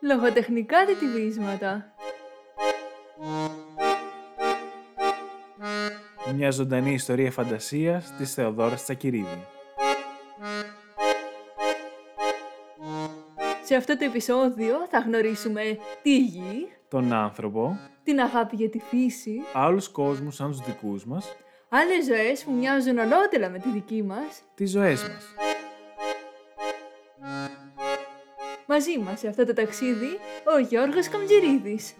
Λογοτεχνικά διτιβίσματα. Μια ζωντανή ιστορία φαντασίας της Θεοδόρας Τσακυρίδη. Σε αυτό το επεισόδιο θα γνωρίσουμε τη γη, Τον άνθρωπο, την αγάπη για τη φύση, άλλους κόσμους σαν τους δικούς μας, άλλες ζωές που μοιάζουν ολότελα με τη δική μας, τις ζωές μας. μαζί μας σε αυτό το ταξίδι ο Γιώργος Καμτζηρίδης.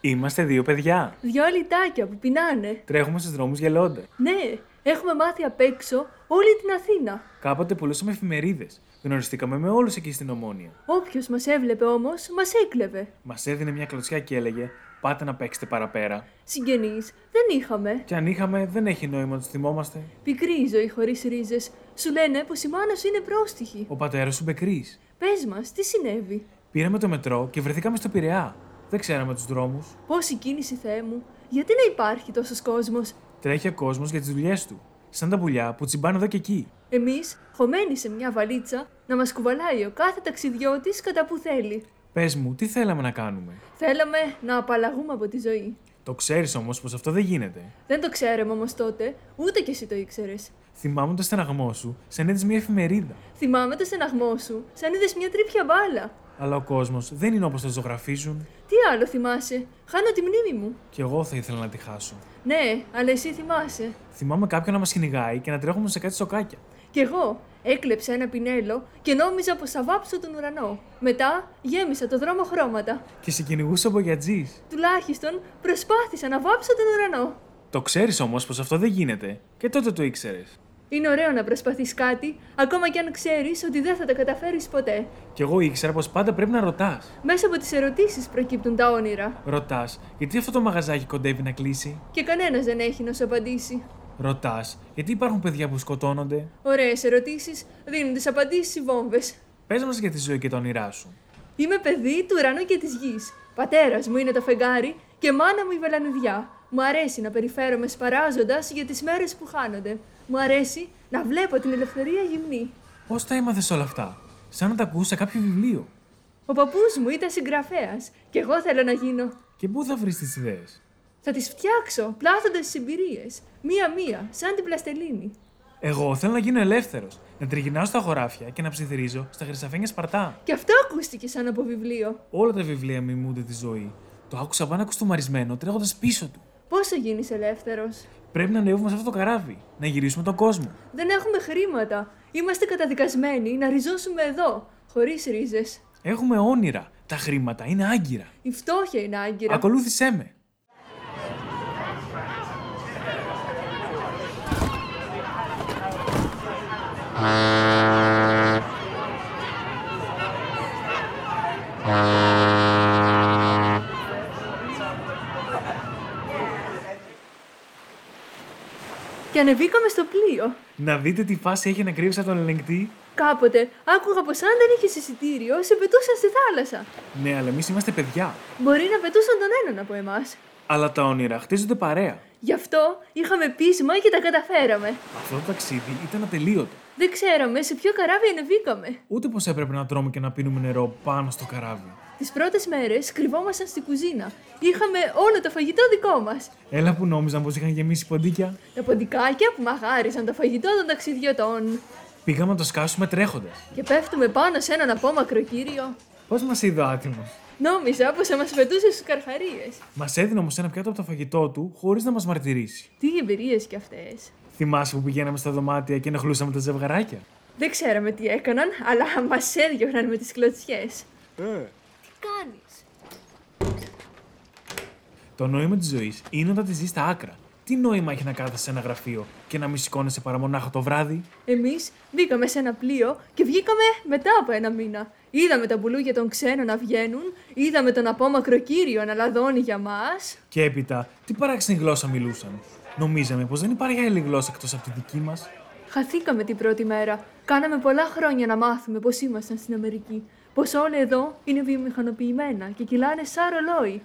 Είμαστε δύο παιδιά. Δυο λιτάκια που πεινάνε. Τρέχουμε στους δρόμους γελώντας. Ναι, έχουμε μάθει απ' έξω όλη την Αθήνα. Κάποτε πουλούσαμε εφημερίδες. Γνωριστήκαμε με όλους εκεί στην Ομόνια. Όποιος μας έβλεπε όμως, μας έκλεβε. Μας έδινε μια κλωτσιά και έλεγε «Πάτε να παίξετε παραπέρα». Συγγενείς δεν είχαμε. Και αν είχαμε, δεν έχει νόημα να τους θυμόμαστε. Πικρή η ζωή χωρίς ρίζες. Σου λένε πως η μάνα σου είναι πρόστιχη. Ο πατέρας σου Μπεκρής. Πες μας, τι συνέβη. Πήραμε το μετρό και βρεθήκαμε στο Πειραιά. Δεν ξέραμε τους δρόμους. Πόση κίνηση, Θεέ μου. Γιατί να υπάρχει τόσος κόσμος. Τρέχει ο κόσμος για τις δουλειές του. Σαν τα πουλιά που τσιμπάνε εδώ και εκεί. Εμείς, χωμένοι σε μια βαλίτσα, να μας κουβαλάει ο κάθε ταξιδιώτης κατά που θέλει. Πες μου, τι θέλαμε να κάνουμε. Θέλαμε να απαλλαγούμε από τη ζωή. Το ξέρεις όμως πως αυτό δεν γίνεται. Δεν το ξέραμε όμως τότε, ούτε κι εσύ το ήξερες. Θυμάμαι το στεναγμό σου, σαν είδες μια εφημερίδα. Θυμάμαι το στεναγμό σου, σαν είδες μια τρίπια μπάλα. Αλλά ο κόσμος δεν είναι όπως το ζωγραφίζουν. Τι άλλο θυμάσαι, χάνω τη μνήμη μου. Κι εγώ θα ήθελα να τη χάσω. Ναι, αλλά εσύ θυμάσαι. Θυμάμαι κάποιον να μας κυνηγάει και να τρέχουμε σε κάτι σοκάκια. Κι εγώ έκλεψα ένα πινέλο και νόμιζα πως θα βάψω τον ουρανό. Μετά γέμισα το δρόμο χρώματα. Και σε κυνηγούσε ο Μπογιατζής. Τουλάχιστον προσπάθησα να βάψω τον ουρανό. Το ξέρεις όμως πως αυτό δεν γίνεται. Και τότε το ήξερες. Είναι ωραίο να προσπαθείς κάτι, ακόμα κι αν ξέρεις ότι δεν θα τα καταφέρεις ποτέ. Κι εγώ ήξερα πως πάντα πρέπει να ρωτάς. Μέσα από τις ερωτήσεις προκύπτουν τα όνειρα. Ρωτάς, γιατί αυτό το μαγαζάκι κοντεύει να κλείσει. Και κανένας δεν έχει να σου απαντήσει. Ρωτάς, γιατί υπάρχουν παιδιά που σκοτώνονται. Ωραίες ερωτήσεις δίνουν τις απαντήσεις οι βόμβες. Πες μας για τη ζωή και τα όνειρά σου. Είμαι παιδί του ουρανού και της γης. Πατέρας μου είναι το φεγγάρι και μάνα μου η βελανιδιά. Μου αρέσει να περιφέρομαι σπαράζοντας για τις μέρες που χάνονται. Μου αρέσει να βλέπω την ελευθερία γυμνή. Πώς τα έμαθες όλα αυτά. Σαν να τα ακούσα κάποιο βιβλίο. Ο παππούς μου ήταν συγγραφέας και εγώ θέλω να γίνω. Και πού θα βρεις τις ιδέες. Θα τις φτιάξω πλάθοντας τις εμπειρίες, μία-μία, σαν την πλαστελίνη. Εγώ θέλω να γίνω ελεύθερος, να τριγυρνάω στα χωράφια και να ψιθυρίζω στα χρυσαφένια Σπαρτά. Και αυτό ακούστηκε σαν από βιβλίο. Όλα τα βιβλία μιμούνται τη ζωή. Το άκουσα πάνω κουστομαρισμένο τρέχοντας πίσω του. Πώς θα γίνεις ελεύθερος. Πρέπει να ανέβουμε σε αυτό το καράβι, να γυρίσουμε τον κόσμο. Δεν έχουμε χρήματα. Είμαστε καταδικασμένοι να ριζώσουμε εδώ, χωρίς ρίζες. Έχουμε όνειρα. Τα χρήματα είναι άγκυρα. Η φτώχεια είναι άγκυρα. Ακολούθησέ με. Και ανεβήκαμε στο πλοίο. Να δείτε τι φάση έχει να κρύβει από τον ελεγκτή. Κάποτε άκουγα πως αν δεν είχες εισιτήριο, σε πετούσαν στη θάλασσα. Ναι, αλλά εμείς είμαστε παιδιά. Μπορεί να πετούσαν τον έναν από εμάς. Αλλά τα όνειρα χτίζονται παρέα. Γι' αυτό είχαμε πείσμα και τα καταφέραμε. Αυτό το ταξίδι ήταν ατελείωτο. Δεν ξέραμε σε ποιο καράβι ανεβήκαμε. Ούτε πως έπρεπε να τρώμε και να πίνουμε νερό πάνω στο καράβι. Τις πρώτες μέρες κρυβόμασταν στην κουζίνα. Είχαμε όλο το φαγητό δικό μας. Έλα που νόμιζαν πως είχαν γεμίσει ποντίκια. Τα ποντικάκια που μαγάρισαν το φαγητό των ταξιδιωτών. Πήγαμε να το σκάσουμε τρέχοντας. Και πέφτουμε πάνω σε έναν απόμακρο κύριο. Πώς μας είδε ο άτιμος. Νόμιζα πως θα μας πετούσε στους καρχαρίες. Μας έδινε όμως ένα πιάτο από το φαγητό του χωρίς να μας μαρτυρήσει. Τι εμπειρίες κι αυτές. Θυμάσαι που πηγαίναμε στα δωμάτια και ενοχλούσαμε τα ζευγαράκια. Δεν ξέραμε τι έκαναν, αλλά μας έδιωχναν με τις κλωτσιές. Ε. Κάνεις. Το νόημα της ζωής είναι όταν τη ζεις στα άκρα. Τι νόημα έχει να κάθεσαι σε ένα γραφείο και να μη σηκώνεσαι παρά μονάχα το βράδυ. Εμείς μπήκαμε σε ένα πλοίο και βγήκαμε μετά από ένα μήνα. Είδαμε τα μπουλούγια των ξένων να βγαίνουν, είδαμε τον απόμακρο κύριο να λαδώνει για μας. Και έπειτα, τι παράξενη γλώσσα μιλούσαν. Νομίζαμε πως δεν υπάρχει άλλη γλώσσα εκτός από τη δική μας. Χαθήκαμε την πρώτη μέρα. Κάναμε πολλά χρόνια να μάθουμε πώ ήμασταν στην Αμερική. Πως όλα εδώ είναι βιομηχανοποιημένα και κυλάνε σαν ρολόι.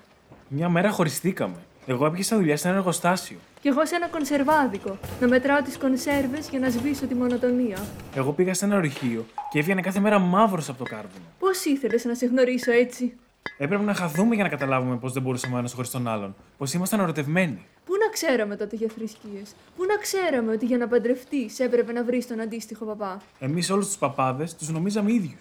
Μια μέρα χωριστήκαμε. Εγώ έπιασα δουλειά σε ένα εργοστάσιο. Κι εγώ σε ένα κονσερβάδικο, να μετράω τις κονσέρβες για να σβήσω τη μονοτονία. Εγώ πήγα σε ένα ορυχείο και έβγαινε κάθε μέρα μαύρος από το κάρβουνο. Πώς ήθελες να σε γνωρίσω έτσι. Έπρεπε να χαθούμε για να καταλάβουμε πως δεν μπορούσαμε ο ένας χωρίς τον άλλον. Πως ήμασταν ερωτευμένοι. Πού να ξέραμε τότε για θρησκείες, Πού να ξέραμε ότι για να παντρευτείς έπρεπε να βρεις τον αντίστοιχο παπά. Εμείς όλους τους παπάδες τους νομίζαμε ίδιους.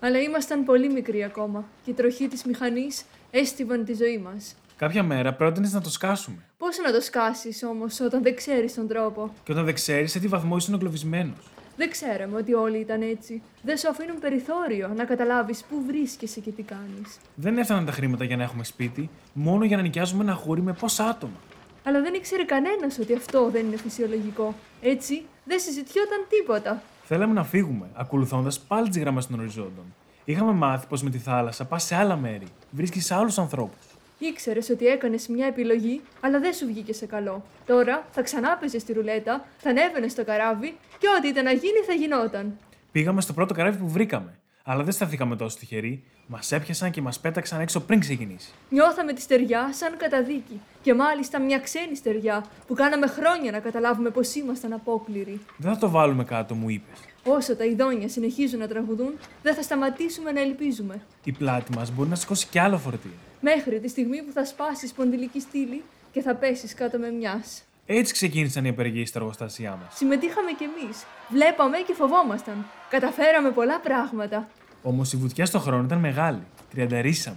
Αλλά ήμασταν πολύ μικροί ακόμα και η τροχή της μηχανής έστειβαν τη ζωή μας. Κάποια μέρα πρότεινες να το σκάσουμε. Πώς να το σκάσεις όμως όταν δεν ξέρεις τον τρόπο. Και όταν δεν ξέρεις σε τι βαθμό ήσουν εγκλωβισμένος. Δεν ξέραμε ότι όλοι ήταν έτσι. Δεν σου αφήνουν περιθώριο να καταλάβεις πού βρίσκεσαι και τι κάνεις. Δεν έφταναν τα χρήματα για να έχουμε σπίτι, μόνο για να νοικιάζουμε ένα χούρι με πόσα άτομα. Αλλά δεν ήξερε κανένας ότι αυτό δεν είναι φυσιολογικό. Έτσι δεν συζητιόταν τίποτα. Θέλαμε να φύγουμε, ακολουθώντας πάλι τις γραμμές των οριζόντων. Είχαμε μάθει πως με τη θάλασσα πας σε άλλα μέρη, βρίσκεις άλλους ανθρώπους. Ήξερες ότι έκανες μια επιλογή, αλλά δεν σου βγήκε σε καλό. Τώρα θα ξανά παίζες τη ρουλέτα, θα ανέβαινες στο καράβι και ό,τι ήταν να γίνει θα γινόταν. Πήγαμε στο πρώτο καράβι που βρήκαμε, αλλά δεν σταθήκαμε τόσο τυχεροί. Μας έπιασαν και μας πέταξαν έξω πριν ξεκινήσει. Νιώθαμε τη στεριά σαν καταδίκη και μάλιστα μια ξένη στεριά που κάναμε χρόνια να καταλάβουμε πως ήμασταν απόκληροι. Δεν θα το βάλουμε κάτω, μου είπες. Όσο τα ειδόνια συνεχίζουν να τραγουδούν, δεν θα σταματήσουμε να ελπίζουμε. Η πλάτη μας μπορεί να σηκώσει κι άλλο φορτίο. Μέχρι τη στιγμή που θα σπάσεις ποντιλική στήλη και θα πέσεις κάτω με μιας. Έτσι ξεκίνησαν οι απεργίες στα εργοστάσια μας. Συμμετείχαμε κι εμείς. Βλέπαμε και φοβόμασταν. Καταφέραμε πολλά πράγματα. Όμως η βουτιά στο χρόνο ήταν μεγάλη. Τριανταρίσαμε.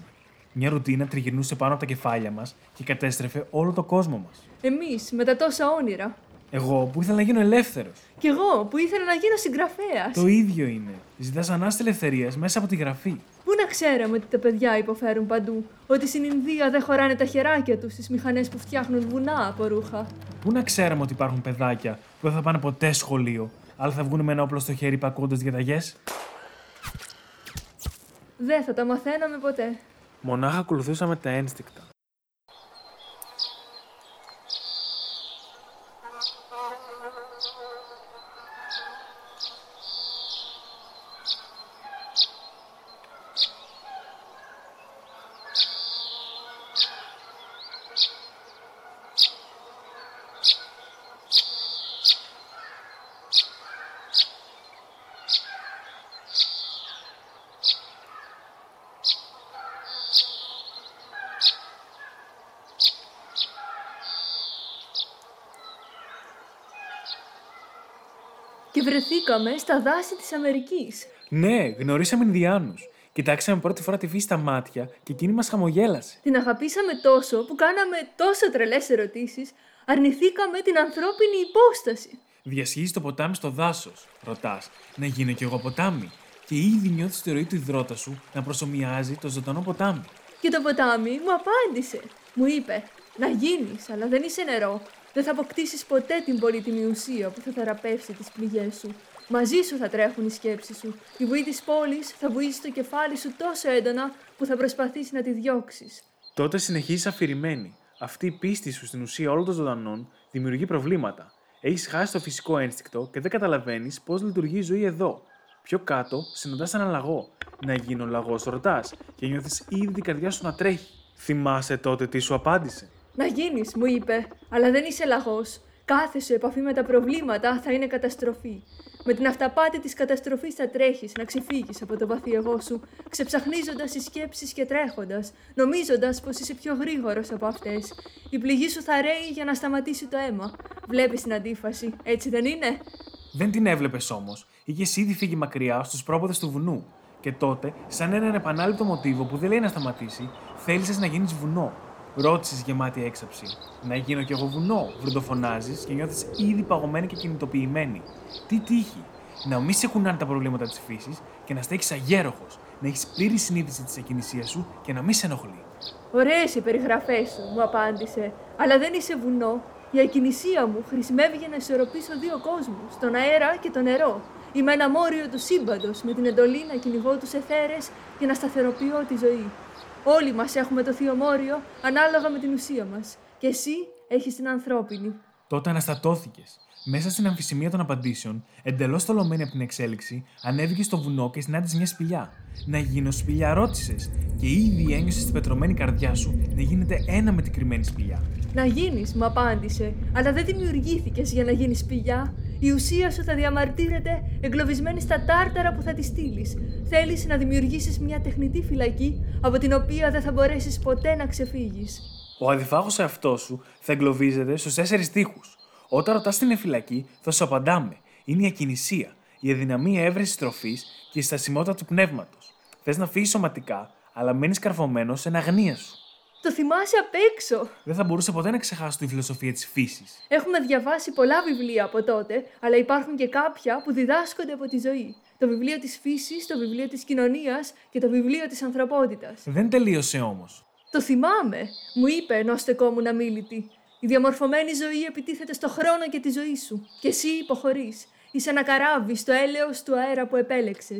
Μια ρουτίνα τριγυρνούσε πάνω από τα κεφάλια μας και κατέστρεφε όλο το κόσμο μας. Εμείς με τα τόσα όνειρα. Εγώ που ήθελα να γίνω ελεύθερος. Κι εγώ που ήθελα να γίνω συγγραφέας. Το ίδιο είναι. Ζητάς ανάστη ελευθερίας μέσα από τη γραφή. Πού να ξέραμε ότι τα παιδιά υποφέρουν παντού. Ότι στην Ινδία δεν χωράνε τα χεράκια τους στις μηχανές που φτιάχνουν βουνά από ρούχα. Πού να ξέραμε ότι υπάρχουν παιδάκια που δεν θα πάνε ποτέ σχολείο, αλλά θα βγουν με ένα όπλο στο χέρι πακώντα διαταγέ. Δεν θα τα μαθαίναμε ποτέ. Μονάχα ακολουθούσαμε τα ένστικτα. Και βρεθήκαμε στα δάση της Αμερικής. Ναι, γνωρίσαμε Ινδιάνους. Κοιτάξαμε πρώτη φορά τη φύση στα μάτια και εκείνη μας χαμογέλασε. Την αγαπήσαμε τόσο που κάναμε τόσο τρελές ερωτήσεις, αρνηθήκαμε την ανθρώπινη υπόσταση. Διασχίζει το ποτάμι στο δάσος. Ρωτάς, να γίνω κι εγώ ποτάμι. Και ήδη νιώθεις τη ροή του υδρότα σου να προσωμιάζει το ζωντανό ποτάμι. Και το ποτάμι μου απάντησε. Μου είπε: Να γίνεις, αλλά δεν είσαι νερό. Δεν θα αποκτήσεις ποτέ την πολύτιμη ουσία που θα θεραπεύσει τις πληγές σου. Μαζί σου θα τρέχουν οι σκέψεις σου. Η βουή της πόλης θα βουήσει το κεφάλι σου τόσο έντονα που θα προσπαθήσει να τη διώξεις. Τότε συνεχίζεις αφηρημένη. Αυτή η πίστη σου στην ουσία όλων των ζωντανών δημιουργεί προβλήματα. Έχεις χάσει το φυσικό ένστικτο και δεν καταλαβαίνεις πώς λειτουργεί η ζωή εδώ. Πιο κάτω συναντάς έναν λαγό. Να γίνω λαγός, ρωτάς και νιώθεις ήδη την καρδιά σου να τρέχει. Θυμάσαι τότε τι σου απάντησε. Να γίνεις, μου είπε, αλλά δεν είσαι λαγός. Κάθε σου επαφή με τα προβλήματα θα είναι καταστροφή. Με την αυταπάτη της καταστροφής θα τρέχεις να ξεφύγεις από το βαθύ εγώ σου, ξεψαχνίζοντας τις σκέψεις και τρέχοντας, νομίζοντας πως είσαι πιο γρήγορος από αυτές. Η πληγή σου θα ρέει για να σταματήσει το αίμα. Βλέπεις την αντίφαση, έτσι δεν είναι. Δεν την έβλεπες όμως, είχες ήδη φύγει μακριά στους πρόποδες του βουνού. Και τότε, σαν έναν επανάληπτο μοτίβο που δεν λέει να σταματήσει, θέλησες να γίνεις βουνό. Ρώτησες γεμάτη έξαψη. Να γίνω κι εγώ βουνό, βροντοφωνάζεις και νιώθεις ήδη παγωμένη και κινητοποιημένη. Τι τύχη! Να μην σε κουνάνε τα προβλήματα της φύσης και να στέκεις αγέροχος, να έχεις πλήρη συνείδηση της ακινησία σου και να μην σε ενοχλεί. Ωραίες οι περιγραφές σου, μου απάντησε, αλλά δεν είσαι βουνό. Η ακινησία μου χρησιμεύει για να ισορροπήσω δύο κόσμους, τον αέρα και το νερό. Είμαι ένα μόριο του σύμπαντος, με την εντολή να κυνηγώ τους εθέρες και να σταθεροποιώ τη ζωή. Όλοι μας έχουμε το θείο μόριο ανάλογα με την ουσία μας. Και εσύ έχεις την ανθρώπινη. Τότε αναστατώθηκες. Μέσα στην αμφισημία των απαντήσεων, εντελώς τολωμένη από την εξέλιξη, ανέβηκες στο βουνό και συνάντησες μια σπηλιά. Να γίνω σπηλιά, ρώτησες, και ήδη ένιωσες στην πετρωμένη καρδιά σου να γίνεται ένα με την κρυμμένη σπηλιά. Να γίνεις, μου απάντησε, αλλά δεν δημιουργήθηκες για να γίνεις σπηλιά. Η ουσία σου θα διαμαρτύρεται εγκλωβισμένη στα τάρταρα που θα τη στείλεις. Θέλεις να δημιουργήσεις μια τεχνητή φυλακή από την οποία δεν θα μπορέσεις ποτέ να ξεφύγεις. Ο αδιφάγο εαυτός σου θα εγκλωβίζεται στους τέσσερις τείχου. Όταν ρωτάς την εφυλακή, θα σου απαντάμε. Είναι η ακινησία, η αδυναμία έβρεσης τροφής και η στασιμότητα του πνεύματος. Θες να φύγεις σωματικά, αλλά μένεις καρφωμένος σε αγνία σου. Το θυμάσαι απ' έξω. Δεν θα μπορούσα ποτέ να ξεχάσω τη φιλοσοφία της φύσης. Έχουμε διαβάσει πολλά βιβλία από τότε, αλλά υπάρχουν και κάποια που διδάσκονται από τη ζωή. Το βιβλίο της φύσης, το βιβλίο της κοινωνίας και το βιβλίο της ανθρωπότητας. Δεν τελείωσε όμως. Το θυμάμαι, μου είπε ενώ στεκόμουν αμήλυτη. Η διαμορφωμένη ζωή επιτίθεται στο χρόνο και τη ζωή σου. Και εσύ υποχωρείς. Είσαι ένα καράβι στο έλεος του αέρα που επέλεξες.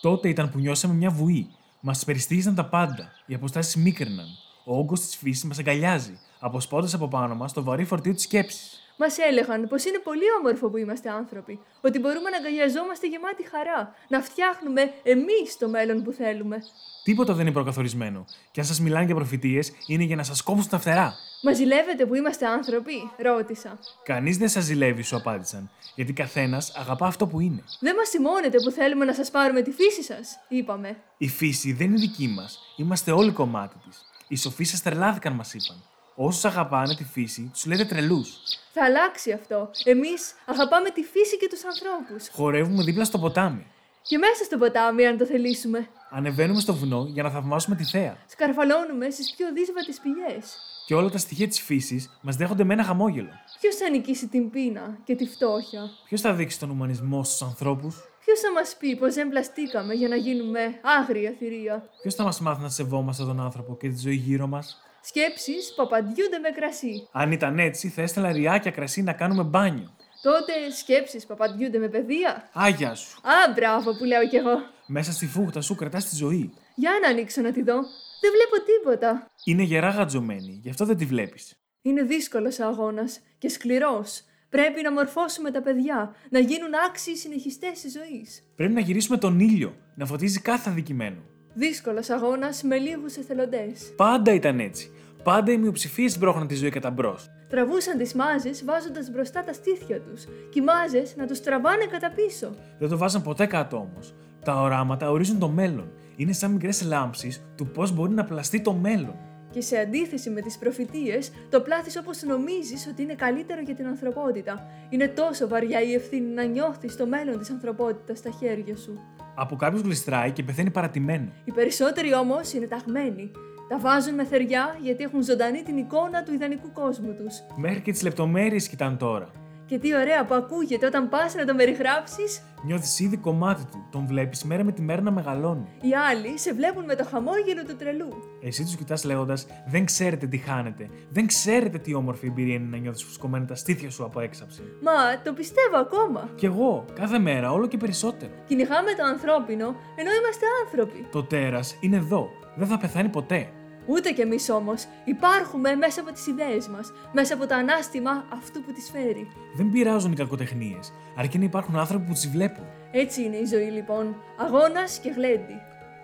Τότε ήταν που νιώσαμε μια βουή. Μας περιστήριζαν τα πάντα. Οι αποστάσεις μίκρυναν. Ο όγκος της φύσης μας αγκαλιάζει, αποσπώντας από πάνω μας το βαρύ φορτίο της σκέψης. Μας έλεγαν πως είναι πολύ όμορφο που είμαστε άνθρωποι. Ότι μπορούμε να αγκαλιαζόμαστε γεμάτη χαρά. Να φτιάχνουμε εμείς το μέλλον που θέλουμε. Τίποτα δεν είναι προκαθορισμένο. Και αν σας μιλάνε για προφητείες, είναι για να σας κόψουν τα φτερά. Μας ζηλεύετε που είμαστε άνθρωποι, ρώτησα. Κανείς δεν σας ζηλεύει, σου απάντησαν. Γιατί καθένας αγαπά αυτό που είναι. Δεν μας θυμώνετε που θέλουμε να σας πάρουμε τη φύση σας, είπαμε. Η φύση δεν είναι δική μας. Είμαστε όλοι κομμάτι της. Οι σοφοί σας τρελάθηκαν, μας είπαν. Όσους αγαπάνε τη φύση, τους λέτε τρελούς. Θα αλλάξει αυτό. Εμείς αγαπάμε τη φύση και τους ανθρώπους. Χορεύουμε δίπλα στο ποτάμι. Και μέσα στο ποτάμι, αν το θελήσουμε. Ανεβαίνουμε στο βουνό για να θαυμάσουμε τη θέα. Σκαρφαλώνουμε στις πιο δύσβατε πηγές. Και όλα τα στοιχεία της φύσης μας δέχονται με ένα χαμόγελο. Ποιος θα νικήσει την πείνα και τη φτώχεια. Ποιος θα δείξει τον ουμανισμό στους ανθρώπους. Ποιος θα μας πει πως δεν πλαστήκαμε για να γίνουμε άγρια θηρία. Ποιος θα μας μάθει να σεβόμαστε τον άνθρωπο και τη ζωή γύρω μας. Σκέψεις που απαντιούνται με κρασί. Αν ήταν έτσι, θα έστελα ριάκια κρασί να κάνουμε μπάνιο. Τότε σκέψεις που απαντιούνται με παιδεία. Άγια σου. Α, μπράβο που λέω κι εγώ. Μέσα στη φούχτα σου κρατάς τη ζωή. Για να ανοίξω να τη δω. Δεν βλέπω τίποτα. Είναι γερά γατζωμένη, γι' αυτό δεν τη βλέπεις. Είναι δύσκολος αγώνας και σκληρός. Πρέπει να μορφώσουμε τα παιδιά, να γίνουν άξιοι συνεχιστές της ζωής. Πρέπει να γυρίσουμε τον ήλιο, να φωτίζει κάθε αδικημένο. Δύσκολος αγώνας με λίγους εθελοντές. Πάντα ήταν έτσι. Πάντα οι μειοψηφίε μπρόχναν τη ζωή κατά μπρος. Τραβούσαν τις μάζες βάζοντας μπροστά τα στήθια τους και οι μάζες να τους τραβάνε κατά πίσω. Δεν το βάζαν ποτέ κάτω όμως. Τα οράματα ορίζουν το μέλλον. Είναι σαν μικρές λάμψεις του πώς μπορεί να πλαστεί το μέλλον. Και σε αντίθεση με τις προφητείες, το πλάθεις όπως νομίζεις ότι είναι καλύτερο για την ανθρωπότητα. Είναι τόσο βαριά η ευθύνη να νιώθεις το μέλλον της ανθρωπότητας στα χέρια σου. Από κάποιους γλιστράει και πεθαίνει παρατημένο. Οι περισσότεροι όμως είναι ταγμένοι. Τα βάζουν με θεριά γιατί έχουν ζωντανή την εικόνα του ιδανικού κόσμου τους. Μέχρι και τις λεπτομέρειες κοιτάνε τώρα. Και τι ωραία που ακούγεται όταν πας να το περιγράψει. Νιώθεις ήδη κομμάτι του, τον βλέπεις μέρα με τη μέρα να μεγαλώνει. Οι άλλοι σε βλέπουν με το χαμόγελο του τρελού. Εσύ τους κοιτάς λέγοντας: Δεν ξέρετε τι χάνετε. Δεν ξέρετε τι όμορφη εμπειρία είναι να νιώθεις φουσκωμένα τα στήθια σου από έξαψη. Μα το πιστεύω ακόμα. Κι εγώ, κάθε μέρα όλο και περισσότερο. Κυνηγάμε το ανθρώπινο ενώ είμαστε άνθρωποι. Το τέρας είναι εδώ. Δεν θα πεθάνει ποτέ. Ούτε κι εμείς όμως. Υπάρχουμε μέσα από τις ιδέες μας, μέσα από το ανάστημα αυτού που τις φέρει. Δεν πειράζουν οι κακοτεχνίες, αρκεί να υπάρχουν άνθρωποι που τις βλέπουν. Έτσι είναι η ζωή λοιπόν. Αγώνας και γλέντι.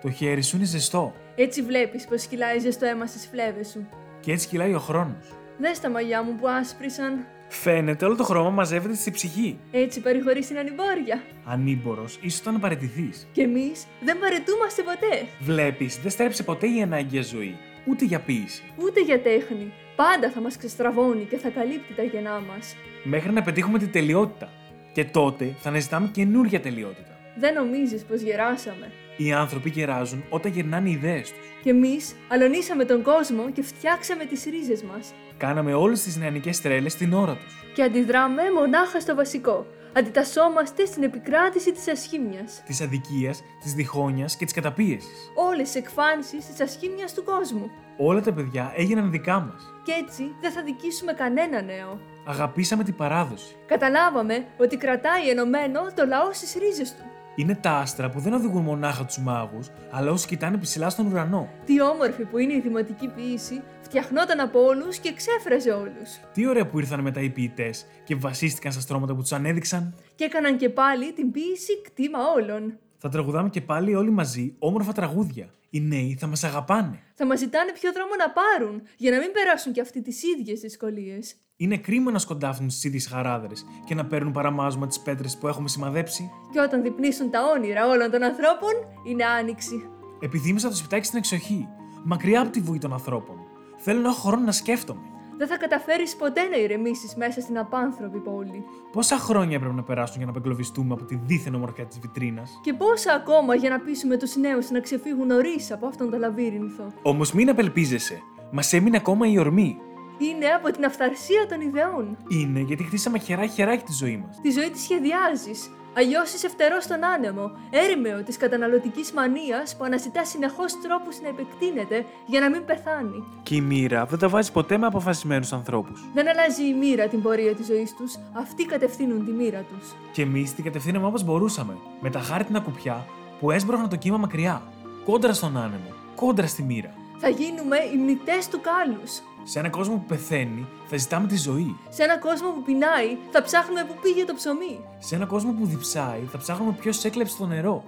Το χέρι σου είναι ζεστό Έτσι βλέπεις πως σκυλάει ζεστό αίμα στις φλέβες σου. και έτσι κυλάει ο χρόνος. Δες τα μαλλιά μου που άσπρισαν. Φαίνεται όλο το χρώμα μαζεύεται στη ψυχή. Έτσι παρηγορεί στην ανημπόρια. Ανήμπορο, ίσω όταν παραιτηθείς. Κι εμείς δεν παρετούμαστε ποτέ. Βλέπεις, δεν στρέψε ποτέ η ανάγκη για ζωή, ούτε για ποιήση. Ούτε για τέχνη. Πάντα θα μας ξεστραβώνει και θα καλύπτει τα γενά μας. Μέχρι να πετύχουμε την τελειότητα. Και τότε θα αναζητάμε καινούργια τελειότητα. Δεν νομίζεις πως γεράσαμε. Οι άνθρωποι κεράζουν όταν γερνάνε οι ιδέες τους. Κι εμείς αλωνίσαμε τον κόσμο και φτιάξαμε τις ρίζες μας. Κάναμε όλες τις νεανικές τρέλες την ώρα τους. Και αντιδράμε μονάχα στο βασικό. Αντιτασσόμαστε στην επικράτηση της ασχήμιας. Της αδικίας, της διχόνοιας και της καταπίεσης. Όλες τι εκφάνσεις της ασχήμιας του κόσμου. Όλα τα παιδιά έγιναν δικά μας. Κι έτσι δεν θα δικήσουμε κανένα νέο. Αγαπήσαμε την παράδοση. Καταλάβαμε ότι κρατάει ενωμένο το λαό στις ρίζες του. Είναι τα άστρα που δεν οδηγούν μονάχα τους μάγους, αλλά όσοι κοιτάνε ψηλά στον ουρανό. Τι όμορφη που είναι η δημοτική ποιήση, φτιαχνόταν από όλους και ξέφραζε όλους. Τι ωραία που ήρθαν μετά οι ποιητές και βασίστηκαν στα στρώματα που τους ανέδειξαν. Και έκαναν και πάλι την ποιήση κτήμα όλων. Θα τραγουδάμε και πάλι όλοι μαζί όμορφα τραγούδια. Οι νέοι θα μας αγαπάνε. Θα μας ζητάνε ποιο δρόμο να πάρουν, για να μην περάσουν και αυτοί τις ίδιες δυσκολίες. Είναι κρίμα να σκοντάφτουν στις ίδιες χαράδρες και να παίρνουν παραμάζωμα τις πέτρες που έχουμε σημαδέψει. Και όταν διπνίσουν τα όνειρα όλων των ανθρώπων, είναι άνοιξη. Επιθύμησα το σπιτάκι στην εξοχή, μακριά από τη βουή των ανθρώπων. Θέλω να έχω χρόνο να σκέφτομαι. Δεν θα καταφέρεις ποτέ να ηρεμήσεις μέσα στην απάνθρωπη πόλη. Πόσα χρόνια έπρεπε να περάσουν για να απεγκλωβιστούμε από τη δίθεν ομορφιά της βιτρίνας. Και πόσα ακόμα για να πείσουμε τους νέους να ξεφύγουν νωρίς από αυτόν τον λαβύρινθο. Όμως μην απελπίζεσαι. Μας έμεινε ακόμα η ορμή. Είναι από την αυθαρσία των ιδεών. Είναι γιατί χτίσαμε χερά-χεράκι τη ζωή μας. Τη ζωή τη σχεδιάζεις. Αλλιώς είσαι φτερός στον άνεμο, έρημεο της καταναλωτικής μανίας που αναζητά συνεχώς τρόπους να επεκτείνεται για να μην πεθάνει. Και η μοίρα δεν τα βάζει ποτέ με αποφασισμένους ανθρώπους. Δεν αλλάζει η μοίρα την πορεία της ζωής τους, αυτοί κατευθύνουν τη μοίρα τους. Και εμείς την κατευθύναμε όπως μπορούσαμε, με τα χάρτινα κουπιά που έσπρωχναν το κύμα μακριά. Κόντρα στον άνεμο, κόντρα στη μοίρα. Θα γίνουμε οι μνητέ του κάλους. Σε έναν κόσμο που πεθαίνει, θα ζητάμε τη ζωή. Σε ένα κόσμο που πεινάει, θα ψάχνουμε πού πήγε το ψωμί. Σε έναν κόσμο που διψάει, θα ψάχνουμε ποιος έκλεψε το νερό.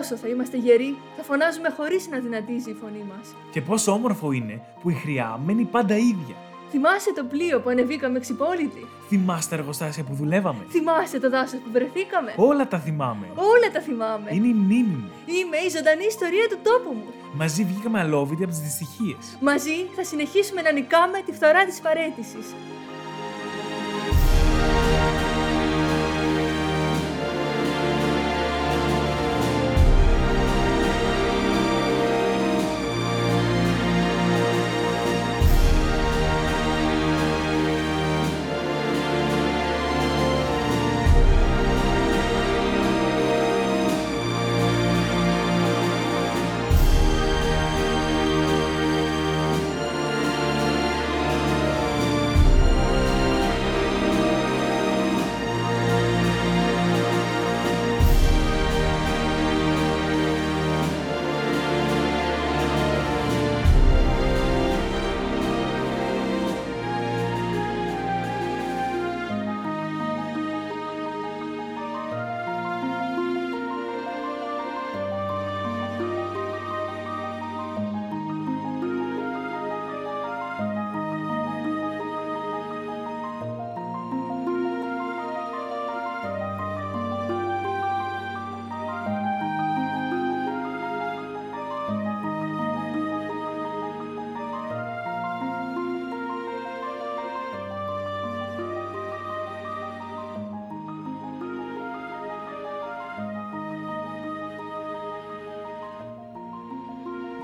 Όσο θα είμαστε γεροί, θα φωνάζουμε χωρίς να δυνατίζει η φωνή μας. Και πόσο όμορφο είναι που η χρειά μένει πάντα ίδια. Θυμάσαι το πλοίο που ανεβήκαμε ξυπόλυτοι. Θυμάστε τα εργοστάσια που δουλεύαμε. Θυμάσαι το δάσος που βρεθήκαμε. Όλα τα θυμάμαι. Όλα τα θυμάμαι. Είναι η μνήμη μου. Είμαι η ζωντανή ιστορία του τόπου μου. Μαζί βγήκαμε αλόβητοι από τις δυστυχίες. Μαζί θα συνεχίσουμε να νικάμε τη φθορά της παρέτησης.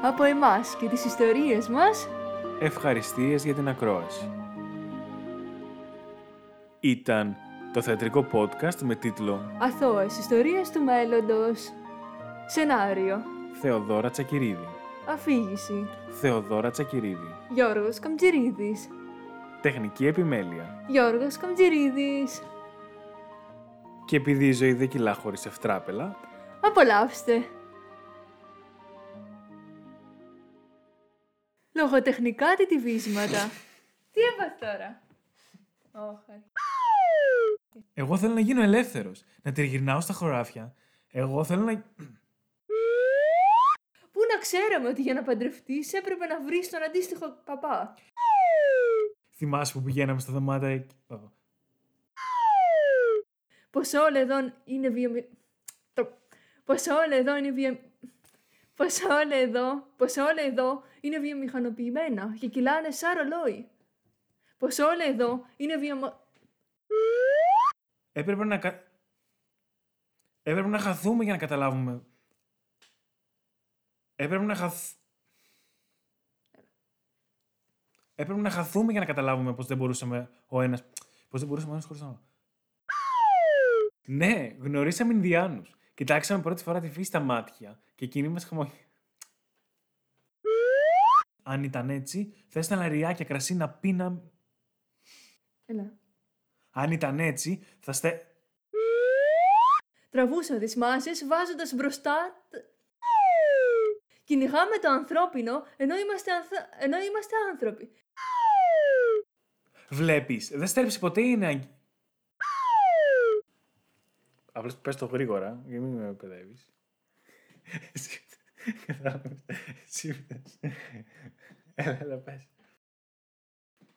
Από εμάς και τις ιστορίες μας, Ευχαριστίες για την ακρόαση. Ήταν το θεατρικό podcast με τίτλο αθώες ιστορίες του μέλλοντος. Σενάριο. Θεοδόρα Τσακυρίδη. Αφήγηση. Θεοδόρα Τσακυρίδη. Γιώργος Καμτζηρίδης. Τεχνική επιμέλεια. Γιώργος Καμτζηρίδης. Και επειδή η ζωή δεν κυλά χωρίς ευτράπελα, Απολαύστε. Λογοτεχνικά τιτιβίσματα. Τι έπαθε τώρα. Όχαρη. εγώ θέλω να γίνω ελεύθερος, να τριγυρνάω στα χωράφια. Εγώ θέλω να... Πού να ξέραμε ότι για να παντρευτείς έπρεπε να βρεις τον αντίστοιχο παπά. Θυμάσαι που πηγαίναμε στα δωμάτια... εκεί? Ω. Πως όλα εδώ είναι βιο... Το... Πως όλα εδώ είναι βιο... Πως όλα εδώ, πως όλα εδώ είναι βιομηχανοποιημένα και κυλάνε σαν ρολόι. Πως όλα εδώ είναι βιο... Έπρεπε να... κα- Έπρεπε να χαθούμε για να καταλάβουμε. Έπρεπε να χαθ... Έπρεπε να χαθούμε για να καταλάβουμε πως δεν μπορούσαμε ο ένας... Πως δεν μπορούσαμε ο ένας χωρίς τον άλλο. ναι, γνωρίσαμε Ινδιάνους. Κοιτάξαμε πρώτη φορά τη φύση στα μάτια και εκείνοι μας χαμόγελαν. Αν ήταν έτσι, θα έστελνα λαριάκια κρασί να πίναμε... Έλα. Αν ήταν έτσι, θα στε... Τραβούσα τις μάσες βάζοντας μπροστά... τ- Κυνηγάμε το ανθρώπινο ενώ είμαστε, ανθ- ενώ είμαστε άνθρωποι. Βλέπεις, δεν στρέψει ποτέ η ανάγκη. Απλώ πες το γρήγορα, για μην με παιδεύεις. Κατάλαβε. Εσύ πες. Έλα, έλα, πες.